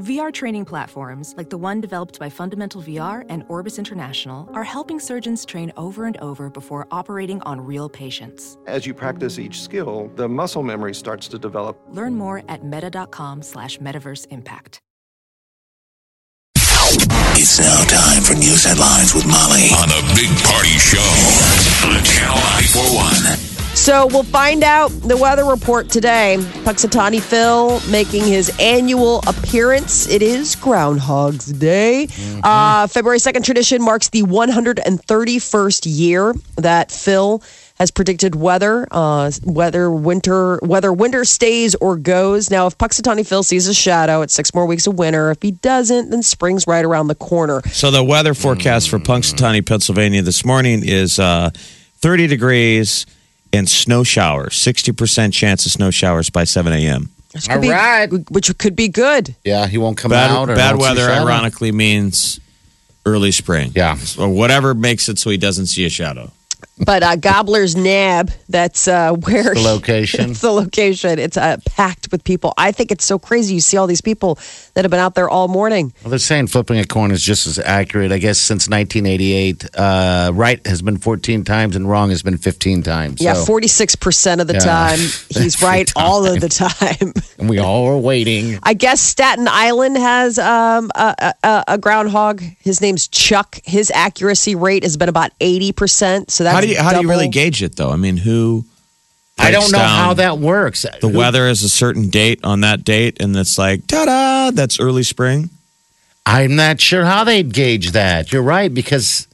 VR training platforms, like the one developed by Fundamental VR and Orbis International, are helping surgeons train over and over before operating on real patients. As you practice each skill, the muscle memory starts to develop. Learn more at meta.com slash metaverse impact. It's now time for news headlines with Molly on the Big Party Show on Channel 941. So we'll find out the weather report today. Puxatani Phil making his annual appearance. It is Groundhog's Day. Mm-hmm. Uh, February 2nd tradition marks the 131st year that Phil has predicted weather, uh, whether winter whether winter stays or goes. Now, if Puxatani Phil sees a shadow, it's six more weeks of winter. If he doesn't, then spring's right around the corner. So the weather forecast for Punxsutawney, Pennsylvania this morning is uh, 30 degrees and snow showers. 60% chance of snow showers by 7 a.m. Which All could be- right. which could be good. Yeah, he won't come Bad, out. Or bad won't see weather shadow. ironically means early spring. Yeah. Or whatever makes it so he doesn't see a shadow. But uh, Gobbler's Nab, that's uh, where The location. it's the location. It's uh, packed with people. I think it's so crazy. You see all these people that have been out there all morning. well, they're saying flipping a coin is just as accurate. I guess since 1988, uh, right has been 14 times and wrong has been 15 times. yeah, So- forty six percent of the Yeah. time he's right all of the time. and we all are waiting. I guess Staten Island has um, a, a, a groundhog. His name's Chuck. His accuracy rate has been about eighty percent. So that's how do you how do you really double. gauge it though? I mean, who I don't breaks know down how that works. the weather is a certain date on that date and it's like ta-da, that's early spring. I'm not sure how they'd gauge that. You're right because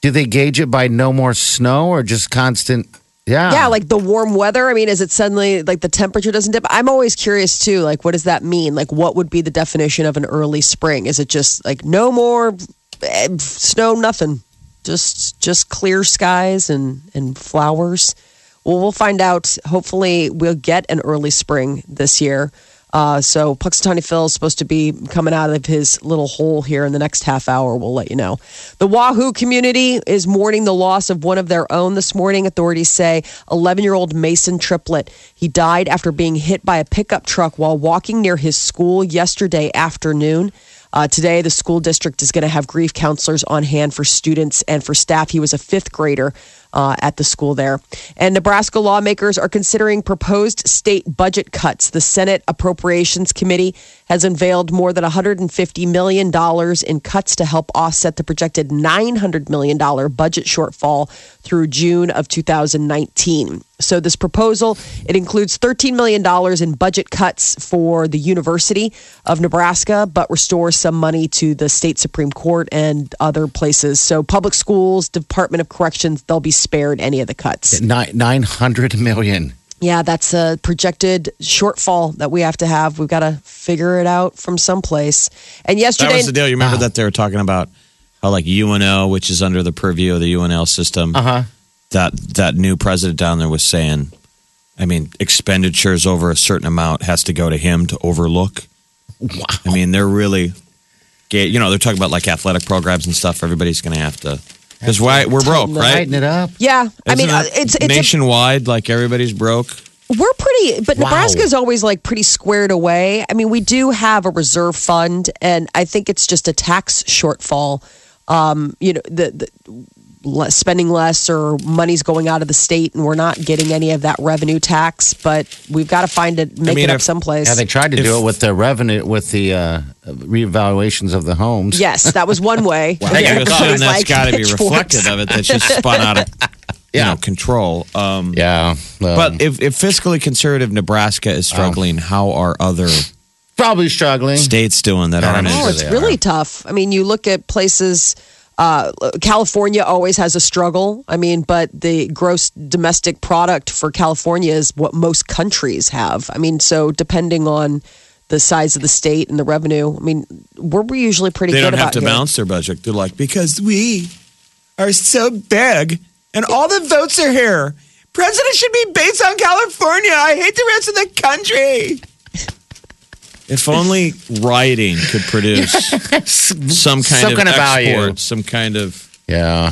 do they gauge it by no more snow or just constant? Yeah, Yeah, like the warm weather. I mean, is it suddenly like the temperature doesn't dip? I'm always curious too. Like, what does that mean? Like, what would be the definition of an early spring? Is it just like no more eh, snow, nothing, just just clear skies and and flowers? Well, we'll find out. Hopefully, we'll get an early spring this year. Uh, so Puxatawny Phil is supposed to be coming out of his little hole here in the next half hour. We'll let you know. The Wahoo community is mourning the loss of one of their own this morning. Authorities say 11-year-old Mason Triplett. He died after being hit by a pickup truck while walking near his school yesterday afternoon. Uh, today, the school district is going to have grief counselors on hand for students and for staff. He was a fifth grader uh, at the school there. And Nebraska lawmakers are considering proposed state budget cuts. The Senate Appropriations Committee has unveiled more than $150 million in cuts to help offset the projected $900 million budget shortfall through June of 2019. So this proposal, it includes $13 million in budget cuts for the University of Nebraska, but restores some money to the state Supreme Court and other places. So public schools, Department of Corrections, they'll be spared any of the cuts. nine nine hundred million. Yeah, that's a projected shortfall that we have to have. We've got to figure it out from someplace. And That yesterday, was the deal. You Ah. remember that they were talking about how like UNO, which is under the purview of the UNL system, Uh-huh. Uh huh. that that new president down there was saying. I mean, expenditures over a certain amount has to go to him to overlook. Wow. I mean, they're really, ga- you know, they're talking about like athletic programs and stuff. Everybody's going to have to because why we're broke, right? Lighten it up. yeah, I mean, Isn't uh, that it's it's a nationwide. like everybody's broke. We're pretty, but Wow. Nebraska's always like pretty squared away. I mean, we do have a reserve fund, and I think it's just a tax shortfall. Um, you know, the, the less, spending less or money's going out of the state, and we're not getting any of that revenue tax. But we've got to find it, make mean, it up if- someplace. Yeah, they tried to do it with the revenue, with the uh, reevaluations of the homes. yes, that was one way. I Yeah, you It assume was that's like got to be pitchforks. reflective of it that she's spun out of you Yeah. know, control. Um, Yeah. well, Um, But if, if fiscally conservative Nebraska is Oh. struggling, how are other probably struggling. states doing that I aren't as don't Oh, sure it's they really tough. I mean, you look at places. Uh, California always has a struggle. I mean, but the gross domestic product for California is what most countries have. I mean, so depending on the size of the state and the revenue, I mean, we're we're usually pretty they good don't have about to here. balance their budget. They're like, because we are so big and all the votes are here. President should be based on California. I hate the rest of the country. If only writing could produce some kind Some of kind of value. export, some kind of Yeah.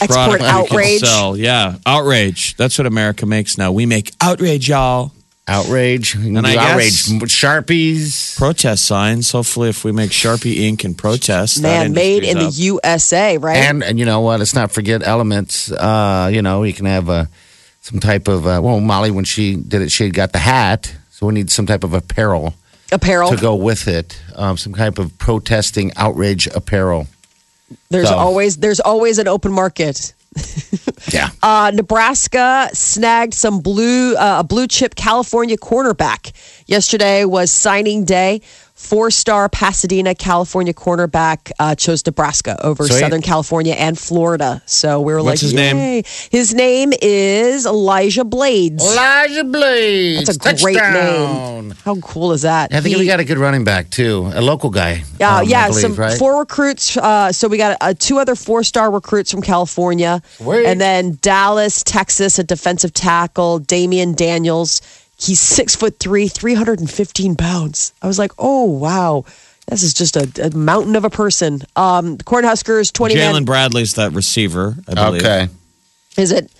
Export product that we could outrage. sell. Yeah, outrage. That's what America makes now. We make outrage, y'all. Outrage. You can And do I outrage guess- sharpies. protest signs. Hopefully, if we make Sharpie ink and protest, that Man, made in the industry's USA, right? And, and you know what? Let's not forget elements. Uh, you know, you can have a, some type of, uh, well, Molly, when she did it, she had got the hat. So we need some type of apparel apparel. to go with it, um, some type of protesting outrage apparel. There's so- always there's always an open market. Yeah. Uh, Nebraska snagged some blue uh, a blue chip California cornerback. Yesterday was signing day. Four star Pasadena, California cornerback uh, chose Nebraska over Sweet. Southern California and Florida. So we were like, What's his name? Yay. His name is Elijah Blades. Elijah Blades. That's a great name. How cool is that? I think He- we got a good running back too, a local guy. Uh, um, I yeah, believe, some right? four recruits. Uh, so we got uh, two other four star recruits from California. Sweet. And then Dallas, Texas, a defensive tackle, Damian Daniels. He's six foot three, 315 pounds. I was like, oh, wow. This is just a, a mountain of a person. Um, Cornhuskers, 20 up. man. Jalen Bradley's that receiver. I believe. Okay. Is it?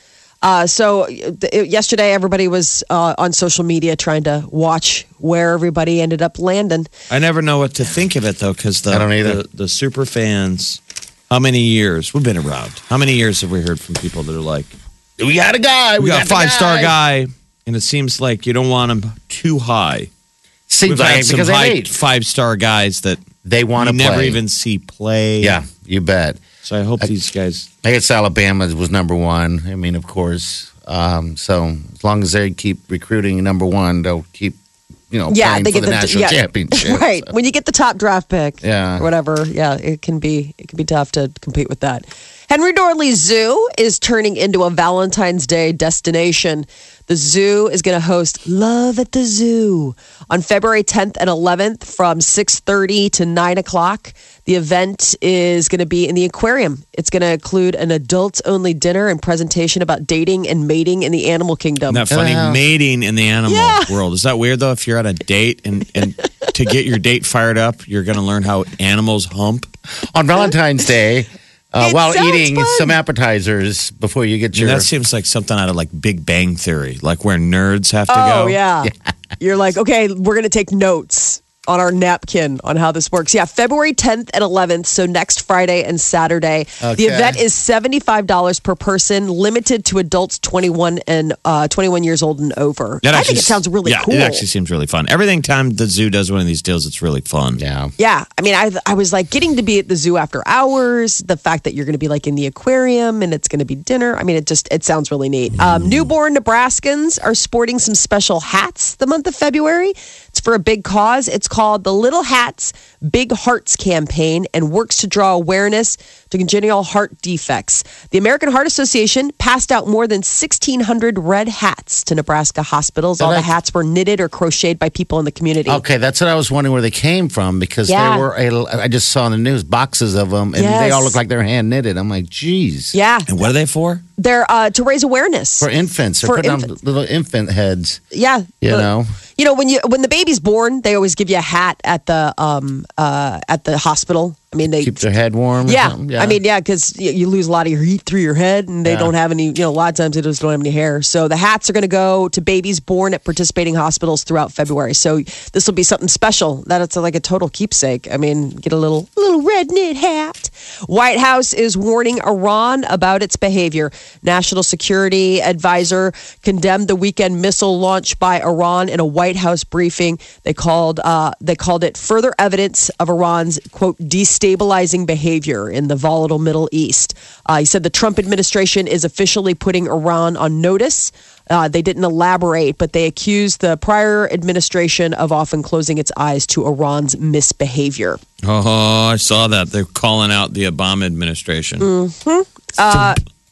Uh, so uh, th- yesterday, everybody was uh, on social media trying to watch where everybody ended up landing. I never know what to think of it though, because the, I don't either. the the super fans. How many years we've been around? How many years have we heard from people that are like, We got a guy. "We, got, a the five star guy," and it seems like you don't want him too high. Seems We've like had some because they hate. five star guys that They want you to play. never even see play. Yeah, you bet. So I hope these guys. I guess Alabama was number one. I mean, of course. Um, so as long as they keep recruiting number one, they'll keep, you know, yeah, playing they get for the, the national yeah. championship. right? So- When you get the top draft pick, Yeah. or whatever, yeah, it can be it can be tough to compete with that. Henry Dorley Zoo is turning into a Valentine's Day destination. The zoo is going to host Love at the Zoo on February 10th and 11th from 6:30 to 9 o'clock. The event is going to be in the aquarium. It's going to include an adults-only dinner and presentation about dating and mating in the animal kingdom. Not funny Yeah. mating in the animal Yeah. world. Is that weird though? If you're on a date and and to get your date fired up, you're going to learn how animals hump. On Valentine's Day, uh, It while sounds eating fun. some appetizers before you get I mean, your That seems like something out of like Big Bang Theory, like where nerds have to go. Oh yeah. You're like, okay, we're gonna take notes on our napkin on how this works. Yeah, February 10th and 11th, so next Friday and Saturday. The Okay. event is $75 per person, limited to adults 21 and uh, 21 years old and over. That I actually think it sounds really yeah, cool. It actually seems really fun. Everything time the zoo does one of these deals, it's really fun. yeah. yeah, I mean, I I was like getting to be at the zoo after hours. The fact that you're going to be like in the aquarium and it's going to be dinner. I mean, it just it sounds really neat. Um, newborn Nebraskans are sporting some special hats the month of February. It's for a big cause. It's called the Little Hats Big Hearts campaign and works to draw awareness to congenital heart defects. The American Heart Association passed out more than 1,600 red hats to Nebraska hospitals. All the hats were knitted or crocheted by people in the community. Okay, that's what I was wondering where they came from because Yeah. there were a, I just saw in the news boxes of them and they all Yes. look like they're hand knitted. I'm like, geez. Yeah. And what are they for? They're uh, to raise awareness. For infants, they're For putting infants. on little infant heads. yeah, You But, know? you know when you when the baby's born, they always give you a hat at the um uh at the hospital. I mean they. Keep their head warm. or yeah. something. I mean, yeah, because you lose a lot of your heat through your head, and they Yeah. don't have any. You know, a lot of times they just don't have any hair. So the hats are going to go to babies born at participating hospitals throughout February. So this will be something special. That it's like a total keepsake. I mean, get a little little red knit hat. White House is warning Iran about its behavior. National Security Advisor condemned the weekend missile launch by Iran in a White House briefing. They called uh, they called it further evidence of Iran's quote destabilizing behavior in the volatile Middle East. Uh, he said the Trump administration is officially putting Iran on notice. Uh, they didn't elaborate, but they accused the prior administration of often closing its eyes to Iran's misbehavior. Oh, I saw that. They're calling out the Obama administration.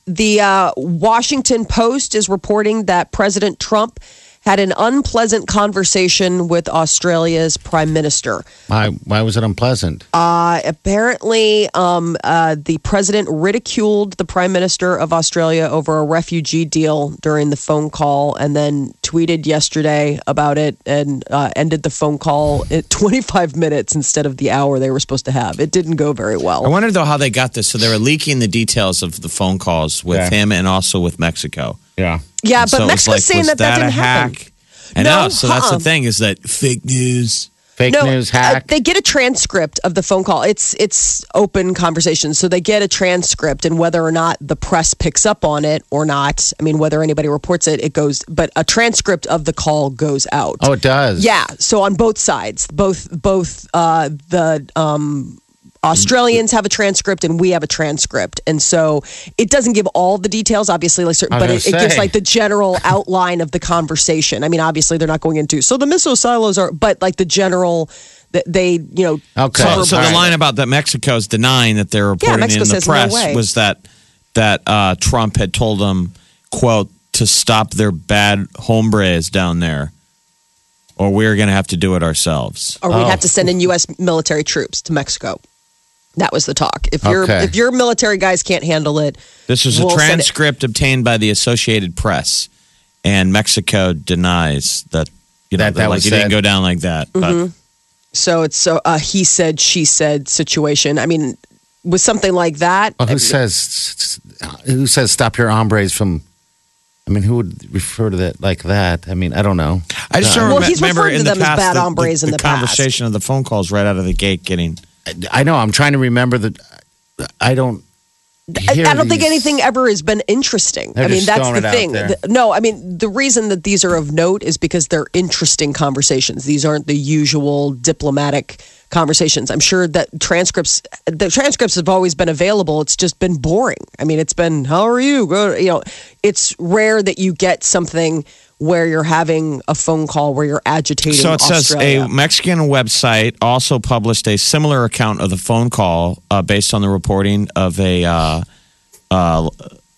The uh, Washington Post is reporting that President Trump had an unpleasant conversation with Australia's prime minister. why, why was it unpleasant? Uh, apparently, um, uh, the president ridiculed the prime minister of Australia over a refugee deal during the phone call and then tweeted yesterday about it and uh, ended the phone call at 25 minutes instead of the hour they were supposed to have. It didn't go very I well. wonder though how they got this. So they were leaking the details of the phone calls with Yeah. him and also with Mexico. yeah. Yeah, Uh, And but so it's Mexico's like, saying was that that, a didn't happen. hack? I know. No, um, So that's the uh-uh. thing is that fake news. Fake news hack. uh, they get a transcript of the phone call. It's it's open conversation, so they get a transcript, and whether or not the press picks up on it or not, I mean, whether anybody reports it, it goes. But a transcript of the call goes out. oh, it does. Yeah. So on both sides, both both uh, the um, Australians have a transcript and we have a transcript, and so it doesn't give all the details, obviously, like certain, I was but it, it gonna gives say. like the general outline of the conversation. I mean, obviously, they're not going into so the missile silos are, but like the general that they you know Okay. cover So, so All the right. line about that Mexico's denying that they're reporting Mexico in the says no press way. was that that uh, Trump had told them, "quote to stop their bad hombres down there, or we're going to have to do it ourselves." or we'd Oh. have to send in U.S. military troops to Mexico. That was the talk. If your Okay. if your military guys can't handle it, This is a We'll send it- transcript obtained by the Associated Press, and Mexico denies that you know That- that, that like, was it said. didn't go down like that. Mm-hmm. But So it's so a he said she said situation. I mean, with something like that, Well, who says who says stop your hombres from? I mean, who would refer to that like that? I mean, I don't know. I just don't Well, remem- he's remember referred to in the them as past bad the, hombres the, in the the past. conversation of the phone calls right out of the gate getting. I know. I'm trying to remember that. I don't. I, hear I don't think these- anything ever has been interesting. They're I mean, just that's throwing the it out thing. there. The- no, I mean, the reason that these are of note is because they're interesting conversations. These aren't the usual diplomatic conversations. I'm sure that transcripts, the transcripts have always been available. It's just been boring. I mean, it's been, how are you? Go, you know, it's rare that you get something where you're having a phone call where you're agitating. So it says Australia. a Mexican website also published a similar account of the phone call uh, based on the reporting of a uh, uh,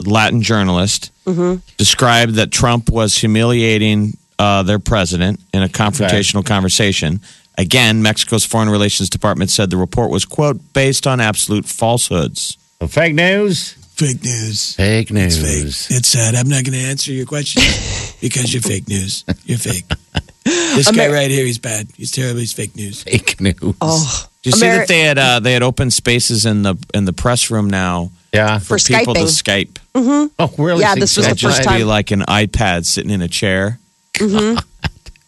Latin journalist. Mm-hmm. Described that Trump was humiliating uh, their president in a confrontational conversation. Again, Mexico's Foreign Relations Department said the report was, quote, based on absolute falsehoods. Fake news. Fake news. Fake It's news. fake. It's sad. I'm not going to answer your question because you're fake news. You're fake. This guy right here, he's bad. He's terrible. He's fake news. Fake news. Oh, Do you see Ameri- that they had uh, they had open spaces in the in the press room now Yeah. for, For people to Skype? Oh, really? Yeah, this was the That first just time- be like an iPad sitting in a chair.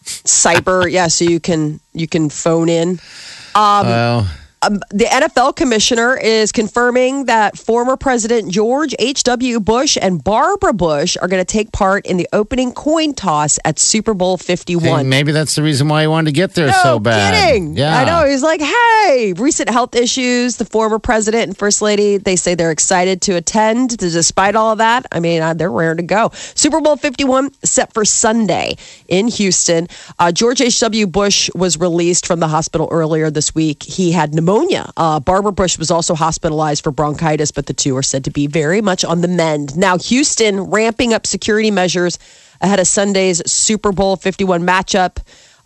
cyber yeah so you can you can phone in Well, um, the nfl commissioner is confirming that former president george h.w bush and barbara bush are going to take part in the opening coin toss at super bowl 51 hey, maybe that's the reason why he wanted to get there no so bad. kidding. Yeah. I know. He's like, hey, recent health issues. The former president and first lady, they say they're excited to attend. Despite all of that, I mean, uh, they're raring to go. Super Bowl 51 set for Sunday in Houston. Uh, George H.W. Bush was released from the hospital earlier this week. He had pneumonia. Uh, Barbara Bush was also hospitalized for bronchitis, but the two are said to be very much on the mend. Now, Houston ramping up security measures ahead of Sunday's Super Bowl 51 matchup.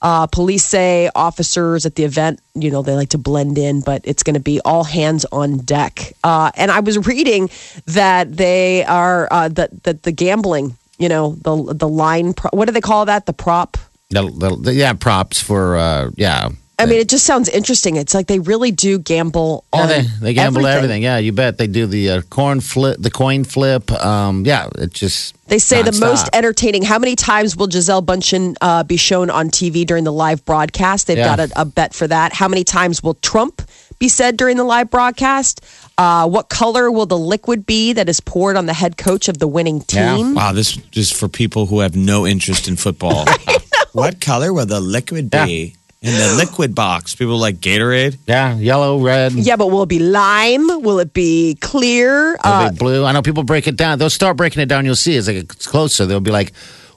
Uh, police say officers at the event, you know, they like to blend in, but it's going to be all hands on deck. Uh, and I was reading that they are uh, that that the gambling, you know, the the line. Pro- what do they call that? The prop. The- the- the- yeah. Props for. Uh, yeah. I mean, it just sounds interesting. It's like they really do gamble. Oh, on they, they gamble everything. Yeah, you bet they do the uh, corn flip, the coin flip. Um, yeah, it just They say the most nonstop. entertaining. How many times will Giselle Bundchen uh, be shown on TV during the live broadcast? They've Yeah. got a, a bet for that. How many times will Trump be said during the live broadcast? Uh, what color will the liquid be that is poured on the head coach of the winning Yeah. team? Wow, this is for people who have no interest in football. what color will the liquid be in the liquid box? People like Gatorade. yeah, yellow, red, Yeah, but will it be lime? Will it be clear? Uh, They'll be blue. I know people break it down. They'll start breaking it down. You'll see as it gets closer. They'll be like,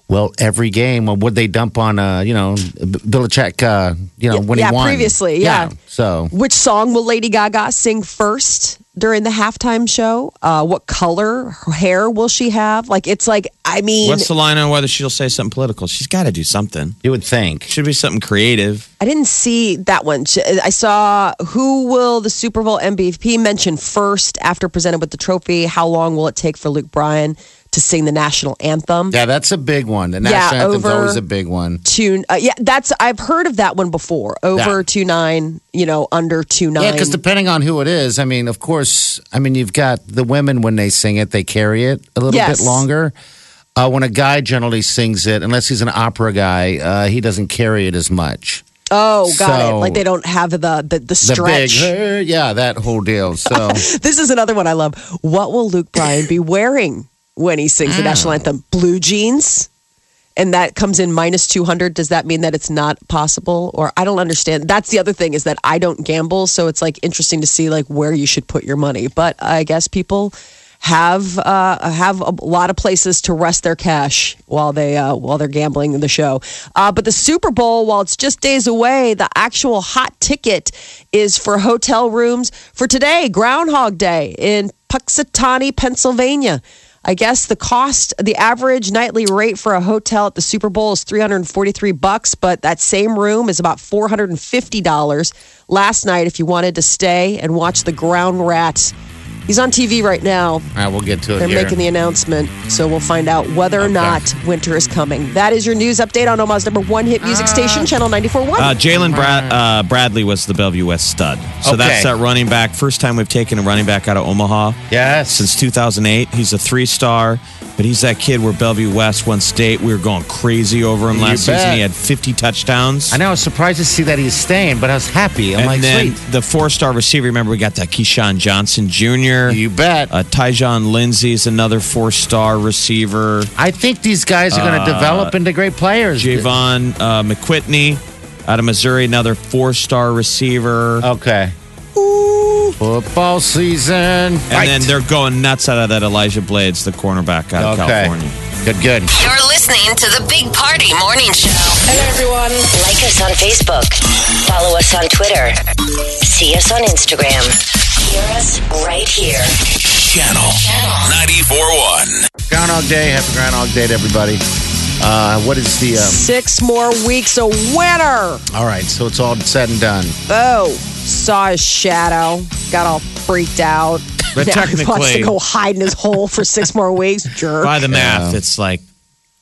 well, every game, well, would they dump on, uh, you know, B- Belichick, uh, you know, when yeah, he won? previously, yeah. So, Which song will Lady Gaga sing first during the halftime show? Uh, what color hair will she have? Like, it's like, I mean, What's the line on whether she'll say something political? She's got to do something. you would think. Should be something creative. I didn't see that one. Sh- I saw who will the Super Bowl MVP mention first after presented with the trophy? How long will it take for Luke Bryan to sing the national anthem? Yeah, that's a big one. The national anthem's over- always a big one. Two, uh, yeah, that's I've heard of that one before. Over Yeah. two nine, you know, under two nine. Yeah, because depending on who it is, I mean, of course, I mean, you've got the women when they sing it, they carry it a little Yes. bit longer. Uh, when a guy generally sings it, unless he's an opera guy, uh, he doesn't carry it as much. Oh, got it. So- Like they don't have the the, the The big, stretch. "Hey," yeah, that whole deal. So this is another one I love. What will Luke Bryan be wearing when he Mm. sings the national anthem? Blue jeans? And that comes in minus 200. Does that mean that it's not possible? Or I don't understand. That's the other thing is that I don't gamble. So it's like interesting to see like where you should put your money. But I guess people have uh, have a lot of places to rest their cash while they uh, while they're gambling the show. Uh, but the Super Bowl, while it's just days away, the actual hot ticket is for hotel rooms for today, Groundhog Day in Puxatawny, Pennsylvania. I guess the cost, the average nightly rate for a hotel at the Super Bowl is 343 bucks, but that same room is about $450 last night if you wanted to stay and watch the ground rat. He's on TV right now. all right, we'll get to it. They're here. making the announcement, so we'll find out whether or not winter is coming. That is your news update on Omaha's number one hit Uh, music station, Channel 94.1. Uh, Jalen Brad, uh, Bradley was the Bellevue West stud. So Okay. that's that running back. First time we've taken a running back out of Omaha Yes. since 2008. He's a three star, but he's that kid where Bellevue West won state. We were going crazy over him You last season. bet. He had 50 touchdowns. I know. I was surprised to see that he's staying, but I was happy. I'm And like, then sweet. the four star receiver, remember, we got that Keyshawn Johnson Jr. You bet. Uh, Tyjon Lindsey is another four star receiver. I think these guys are going to develop into great players. Uh, Javon uh, McQuitney out of Missouri, another four star receiver. Okay. Football season. And then they're going nuts out of that Elijah Blades, the cornerback out of California. Good, good. You're listening to the Big Party Morning Show. Hello, everyone. Like us on Facebook. Follow us on Twitter. See us on Instagram. Hear us right here. Channel 94.1. Groundhog Day. Happy Groundhog Day to everybody. Uh, what is the. Um, Six more weeks of winter. all right, so it's all said and done. Oh, saw his shadow, got all freaked out. But now he wants to technically- go hide in his hole for six more weeks. Jerk. By the math, it's like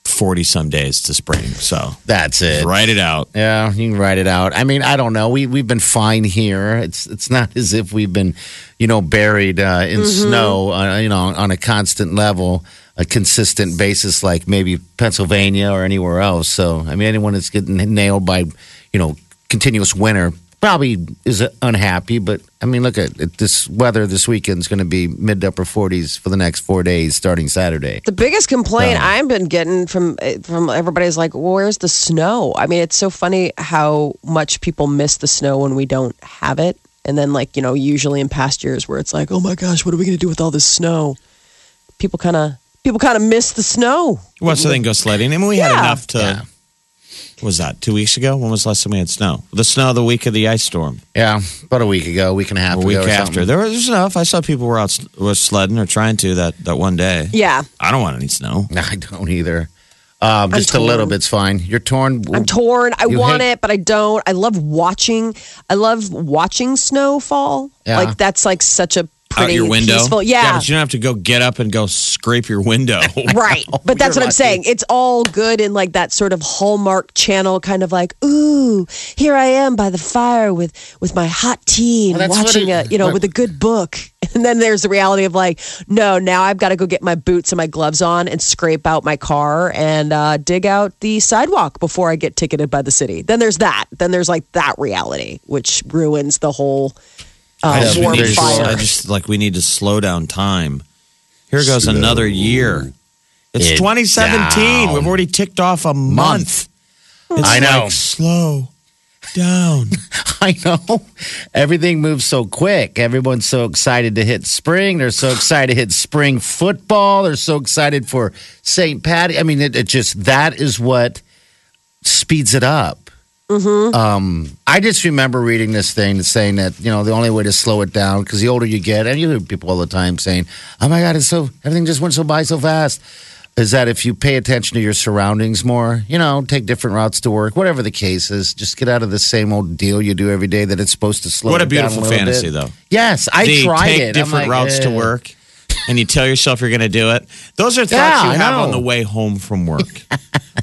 40 some days to spring. So That's it. write it out. Yeah, you can write it out. I mean, I don't know. We we've been fine here. It's it's not as if we've been, you know, buried uh, in snow, uh, you know, on a constant level, a consistent basis, like maybe Pennsylvania or anywhere else. So, I mean, anyone that's getting nailed by, you know, continuous winter probably is unhappy. But I mean, look at at this weather. This weekend's going to be mid to upper forties for the next four days, starting Saturday. The biggest complaint I've been getting from eh, from everybody is like, well, "Where's the snow?" I mean, it's so funny how much people miss the snow when we don't have it, and then like you know, usually in past years where it's like, "Oh my gosh, what are we going to do with all this snow?" People kind of people kind of miss the snow. You watch the thing go sledding. I mean, we had Yeah. enough to. What was that two weeks ago? When was the last time we had snow? The snow the week of the ice storm, Yeah, about a week ago, week and a half, a ago week or after. something. There was enough. I saw people were out s- was sledding or trying to that that one day. Yeah, I don't want any snow. No, I don't either. Um, just a little bit's fine. You're torn. I'm torn. I You want hate- it, but I don't. I love watching. I love watching snow fall. Yeah. Like that's like such a Out pretty your window, peaceful. but you don't have to go get up and go scrape your window. Right. But that's what I'm You're lucky. saying. It's all good in like that sort of hallmark channel kind of like, ooh, here I am by the fire with with my hot tea and Well, that's watching what a it- you know, what- with a good book. And then there's the reality of like, no, now I've got to go get my boots and my gloves on and scrape out my car and uh, dig out the sidewalk before I get ticketed by the city. Then there's that. Then there's like that reality, which ruins the whole I uh, just, warm we need to- fire. I just like we need to slow down time. Here goes another year. It's it 2017. down. We've already ticked off a month. Month. It's I know. Like, slow down. I know. Everything moves so quick. Everyone's so excited to hit spring. They're so excited to hit spring football. They're so excited for St. Patty. I mean, it, it just that is what speeds it up. Um, I just remember reading this thing that's saying that you know the only way to slow it down because the older you get, and you hear people all the time saying, "Oh my God, it's so everything just went so by so fast." Is that if you pay attention to your surroundings more, you know, take different routes to work, whatever the case is, just get out of the same old deal you do every day that it's supposed to slow. What a it down beautiful little fantasy, bit. though. Yes, I They tried take it. I'm different like, routes to "Eh." work, and you tell yourself you're going to do it. Those are thoughts Yeah, you I have know. on the way home from work.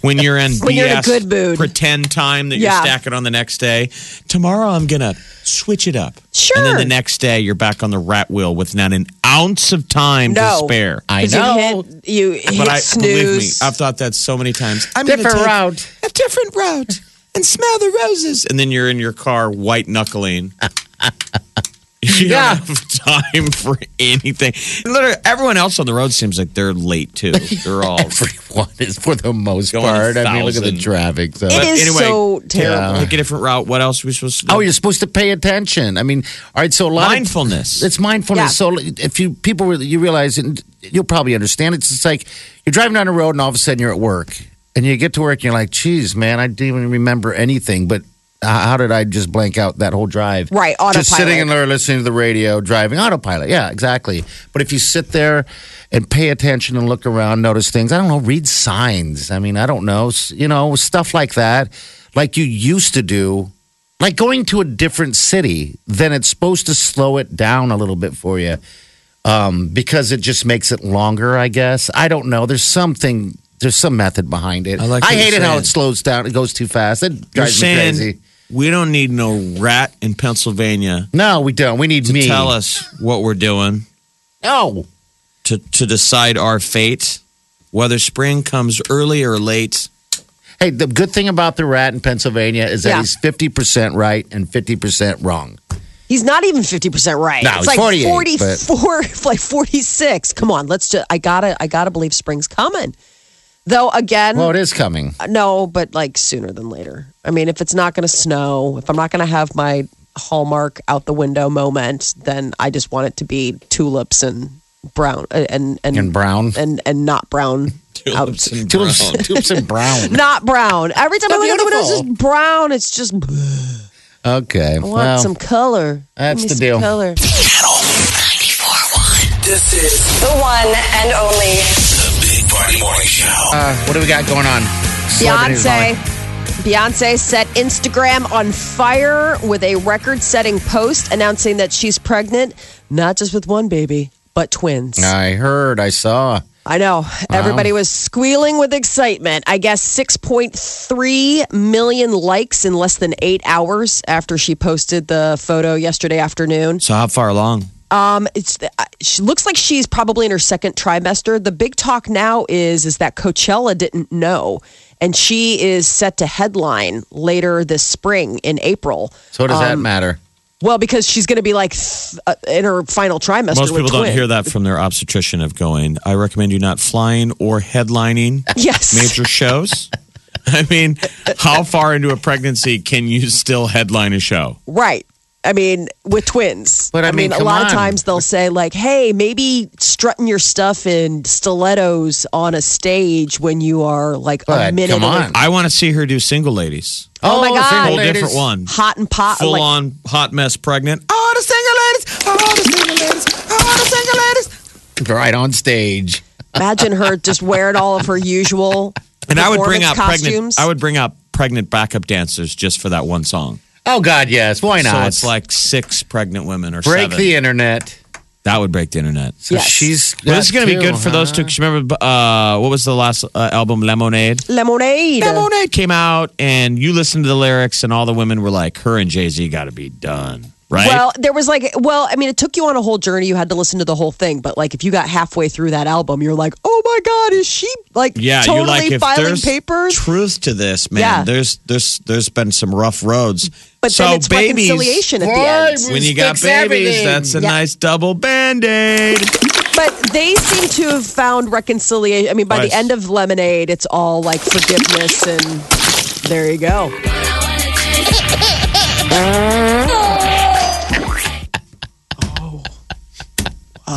when you're in When BS, you're in a good mood. pretend time that Yeah. you're stacking on the next day. Tomorrow I'm going to switch it up. And Sure. then the next day you're back on the rat wheel with not an ounce of time No. to spare. I 'Cause you know. hit- You hit, But I believe me, snooze. I've thought that so many times. I'm Different gonna take route. A different route. and smell the roses. And then you're in your car white knuckling. You Yeah. don't have time for anything. Literally, everyone else on the road seems like they're late too. They're all. Everyone is for the most Going a part. I mean, look at the thousand. traffic. So. It is anyway, so terrible. Take a different route. What else are we supposed to do? Oh, you're supposed to pay attention. I mean, all right. So a lot of- mindfulness. It's mindfulness. Yeah. So if you people really- you realize, and you'll probably understand. It's just like you're driving down the road, and all of a sudden you're at work, and you get to work, and you're like, "Geez, man, I didn't even remember anything." But h- how did I just blank out that whole drive? Right, Just autopilot. sitting in there listening to the radio, driving autopilot. Yeah, exactly. But if you sit there and pay attention and look around, notice things. I don't know. Read signs. I mean, I don't know. s- You know, stuff like that, like you used to do like going to a different city, then it's supposed to slow it down a little bit for you um, because it just makes it longer, I guess. I don't know. There's something, there's some method behind it. I, like what hate you're it how it saying. slows down, it goes too fast. It You're drives me saying crazy. we don't need no rat in Pennsylvania No, we don't. We need to me. tell us what we're doing No. to to decide our fate, whether spring comes early or late. Hey, the good thing about the rat in Pennsylvania is that Yeah. he's 50% right and 50% wrong. He's not even 50% right. No, it's he's like 48, 44, like 46. Come on, let's just I got to I got to believe spring's coming. Though again, Well, it is coming. no, but like sooner than later. I mean, if it's not going to snow, if I'm not going to have my hallmark out the window moment, then I just want it to be tulips and brown uh, and and And brown. and and not brown. Tulips and Tulips, tulips and brown. Not brown. Every time I look at the window, it's just brown. It's just Okay. I want well, some color. that's Give me the some deal. Color. Channel 941. This is The one and only the Big Party Morning Show. uh, what do we got going on? Celebrities Beyonce. on- Beyonce set Instagram on fire with a record setting post announcing that she's pregnant, not just with one baby, but twins. I heard, I saw. I know. Everybody was squealing with excitement. I guess 6.3 million likes in less than eight hours after she posted the photo yesterday afternoon. So how far along? Um, it's uh, she looks like she's probably in her second trimester. The big talk now is is that Coachella didn't know, and she is set to headline later this spring in April. So what does Um, that matter? Well, because she's going to be like th- uh, in her final trimester. Most with people don't twin. hear that from their obstetrician of going. I recommend you not flying or headlining Yes, major shows. I mean, how far into a pregnancy can you still headline a show? right. I mean, with twins. But I mean, a come lot of on. times they'll say like, "Hey, maybe strutting your stuff in stilettos on a stage when you are like a But minute come away on. I want to see her do single ladies. Oh, my God. single Whole ladies. different one. hot and pot, Full like, on hot mess pregnant. Oh, All the single ladies, all the single ladies, all the single ladies. Right on stage. Imagine her just wearing all of her usual. And I would bring out performance pregnant. costumes. I would bring out pregnant backup dancers just for that one song. Oh God, yes. Why not? So it's like six pregnant women or break seven. the internet. that would break the internet. So Yes. she's. Well, this is going to be got two, good for those two. huh? 'cause you remember uh, what was the last uh, album, Lemonade? lemonade. Lemonade came out, and you listened to the lyrics, and all the women were like, "Her and Jay Z got to be done." Right? Well, there was like, well, I mean, it took you on a whole journey. You had to listen to the whole thing, but like, if you got halfway through that album, you're like, oh my god, is she like yeah, totally you're like if filing there's papers? truth to this, man. Yeah. There's there's there's been some rough roads. but so then it's babies, reconciliation at Why? the end. When you got Fix babies, everything. that's a Yeah. nice double band-aid. But they seem to have found reconciliation. I mean, by the Nice. end of Lemonade, it's all like forgiveness, and there you go.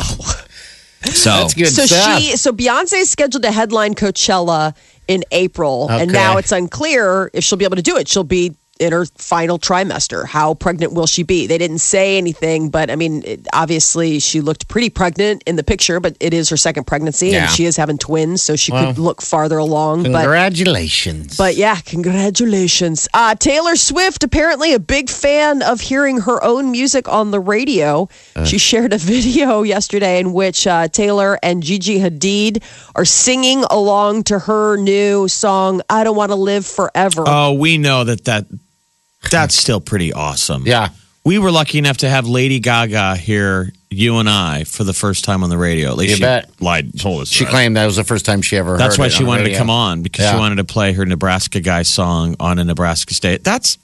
So That's good so stuff. she so Beyonce scheduled to headline Coachella in April, and Okay. now it's unclear if she'll be able to do it. She'll be in her final trimester. How pregnant will she be? They didn't say anything, but I mean, it, obviously she looked pretty pregnant in the picture, but it is her second pregnancy, Yeah. and she is having twins, so she could look farther along. But Congratulations. but yeah, congratulations. Uh, Taylor Swift, apparently a big fan of hearing her own music on the radio. she shared a video yesterday in which uh, Taylor and Gigi Hadid are singing along to her new song, I Don't Want to Live Forever. Oh, we know that that that's still pretty awesome. yeah. we were lucky enough to have Lady Gaga here, you and I, for the first time on the radio. At least You she bet. lied, told us. She that. claimed that was the first time she ever That's heard why it she on the wanted to radio. come on because Yeah. she wanted to play her Nebraska guy song on a Nebraska state. That's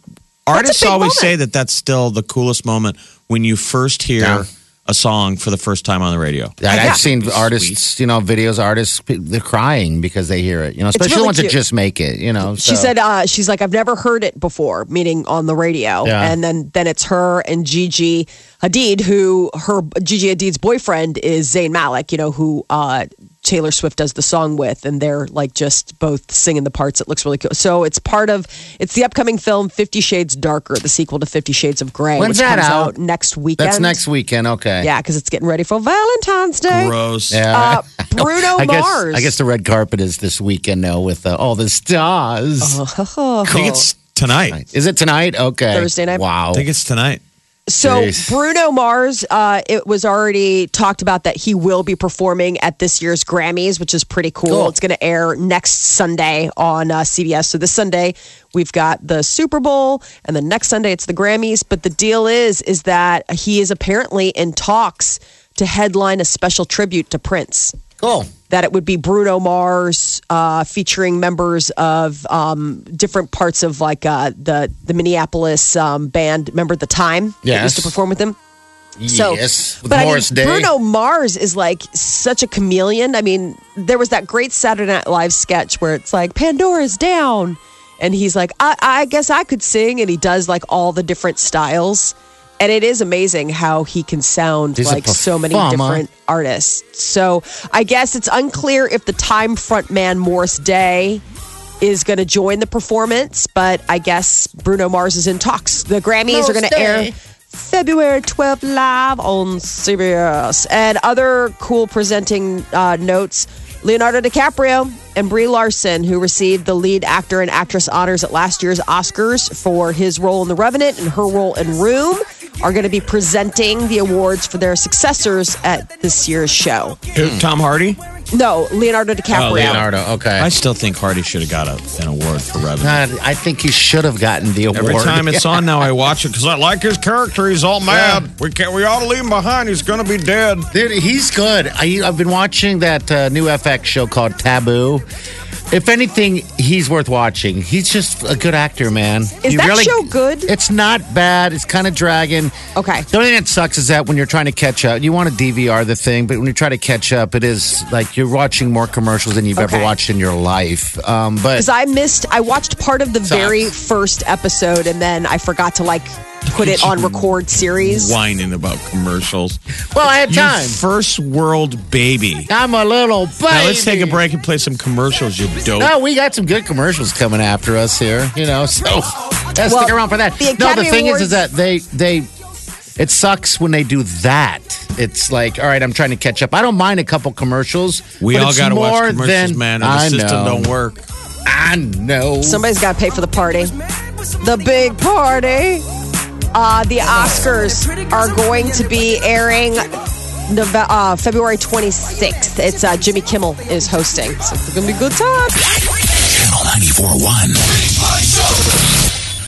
artists big always moment. say that that's still the coolest moment when you first hear Yeah. a song for the first time on the radio. That I've seen artists, you know, videos, artists, pe- they're crying because they hear it, you know, especially really the ones cute. that just make it, you know. She so- said, uh, she's like, I've never heard it before, meaning on the radio. Yeah. And then then it's her and Gigi Hadid, who her Gigi Hadid's boyfriend is Zayn Malik, you know, who uh, Taylor Swift does the song with, and they're like just both singing the parts. It looks really cool. So it's part of it's the upcoming film Fifty Shades Darker, the sequel to Fifty Shades of Grey, which When's that comes out? out next weekend. that's next weekend. Okay. Yeah, because it's getting ready for Valentine's Day. Gross. Uh, Yeah. Bruno I guess, Mars. I guess the red carpet is this weekend now with uh, all the stars. Oh. I think it's tonight. Is it tonight? Okay. Thursday night. Wow. I think it's tonight. So Jeez. Bruno Mars, uh, it was already talked about that he will be performing at this year's Grammys, which is pretty cool. Cool. It's going to air next Sunday on uh, CBS. So this Sunday we've got the Super Bowl, and then next Sunday it's the Grammys. But the deal is, is that he is apparently in talks to headline a special tribute to Prince cool. that it would be Bruno Mars uh, featuring members of um, different parts of like uh, the the Minneapolis um, band. Remember the time that used Yes. to perform with him. yes. With but I mean, Morris Day. Bruno Mars is like such a chameleon. I mean, there was that great Saturday Night Live sketch where it's like Pandora's down, and he's like, I, I guess I could sing, and he does like all the different styles, and it is amazing how he can sound He's a like so many performer. different artists. So I guess it's unclear if the time frontman Morris Day is going to join the performance, but I guess Bruno Mars is in talks. The Grammys are going to air February 12th live on CBS. And other cool presenting uh, notes Leonardo DiCaprio and Brie Larson, who received the lead actor and actress honors at last year's Oscars for his role in The Revenant and her role in Room, are going to be presenting the awards for their successors at this year's show. Who, Tom Hardy? No, Leonardo DiCaprio. Oh, Leonardo. Okay. I I, still think Hardy should have got a, an award for Revenant. God, I think he should have gotten the award. Every time it's on now, I watch it because I like his character. He's all mad. Yeah. We can't. We ought to leave him behind. He's going to be dead. Dude, he's good. I, I've been watching that uh, new FX show called Taboo. If anything, he's worth watching. He's just a good actor, man. Is that show good? It's not bad. It's kind of dragging. Okay. The only thing that sucks is that when you're trying to catch up, you want to DVR the thing, but when you try to catch up, it is like you're watching more commercials than you've Okay. ever watched in your life. Um, but because I missed. I watched part of the Sucks. very first episode, and then I forgot to like put it on record series. Whining about commercials. well, I had You time. first world baby. I'm a little baby. Now let's take a break and play some commercials, you dope. No, we got some good commercials coming after us here, you know. So yeah, Well, stick around for that. the no, Academy the thing is, is Awards- that they they it sucks when they do that. It's like, all right, I'm trying to catch up. I don't mind a couple commercials. We but all it's got to watch more commercials, than, man. Or the I system know. don't work. I know. Somebody's got to pay for the party. The big party. Uh, the Oscars are going to be airing. Nove- uh, February 26th. It's uh, Jimmy Kimmel is hosting. So it's going to be a good time. Channel 941.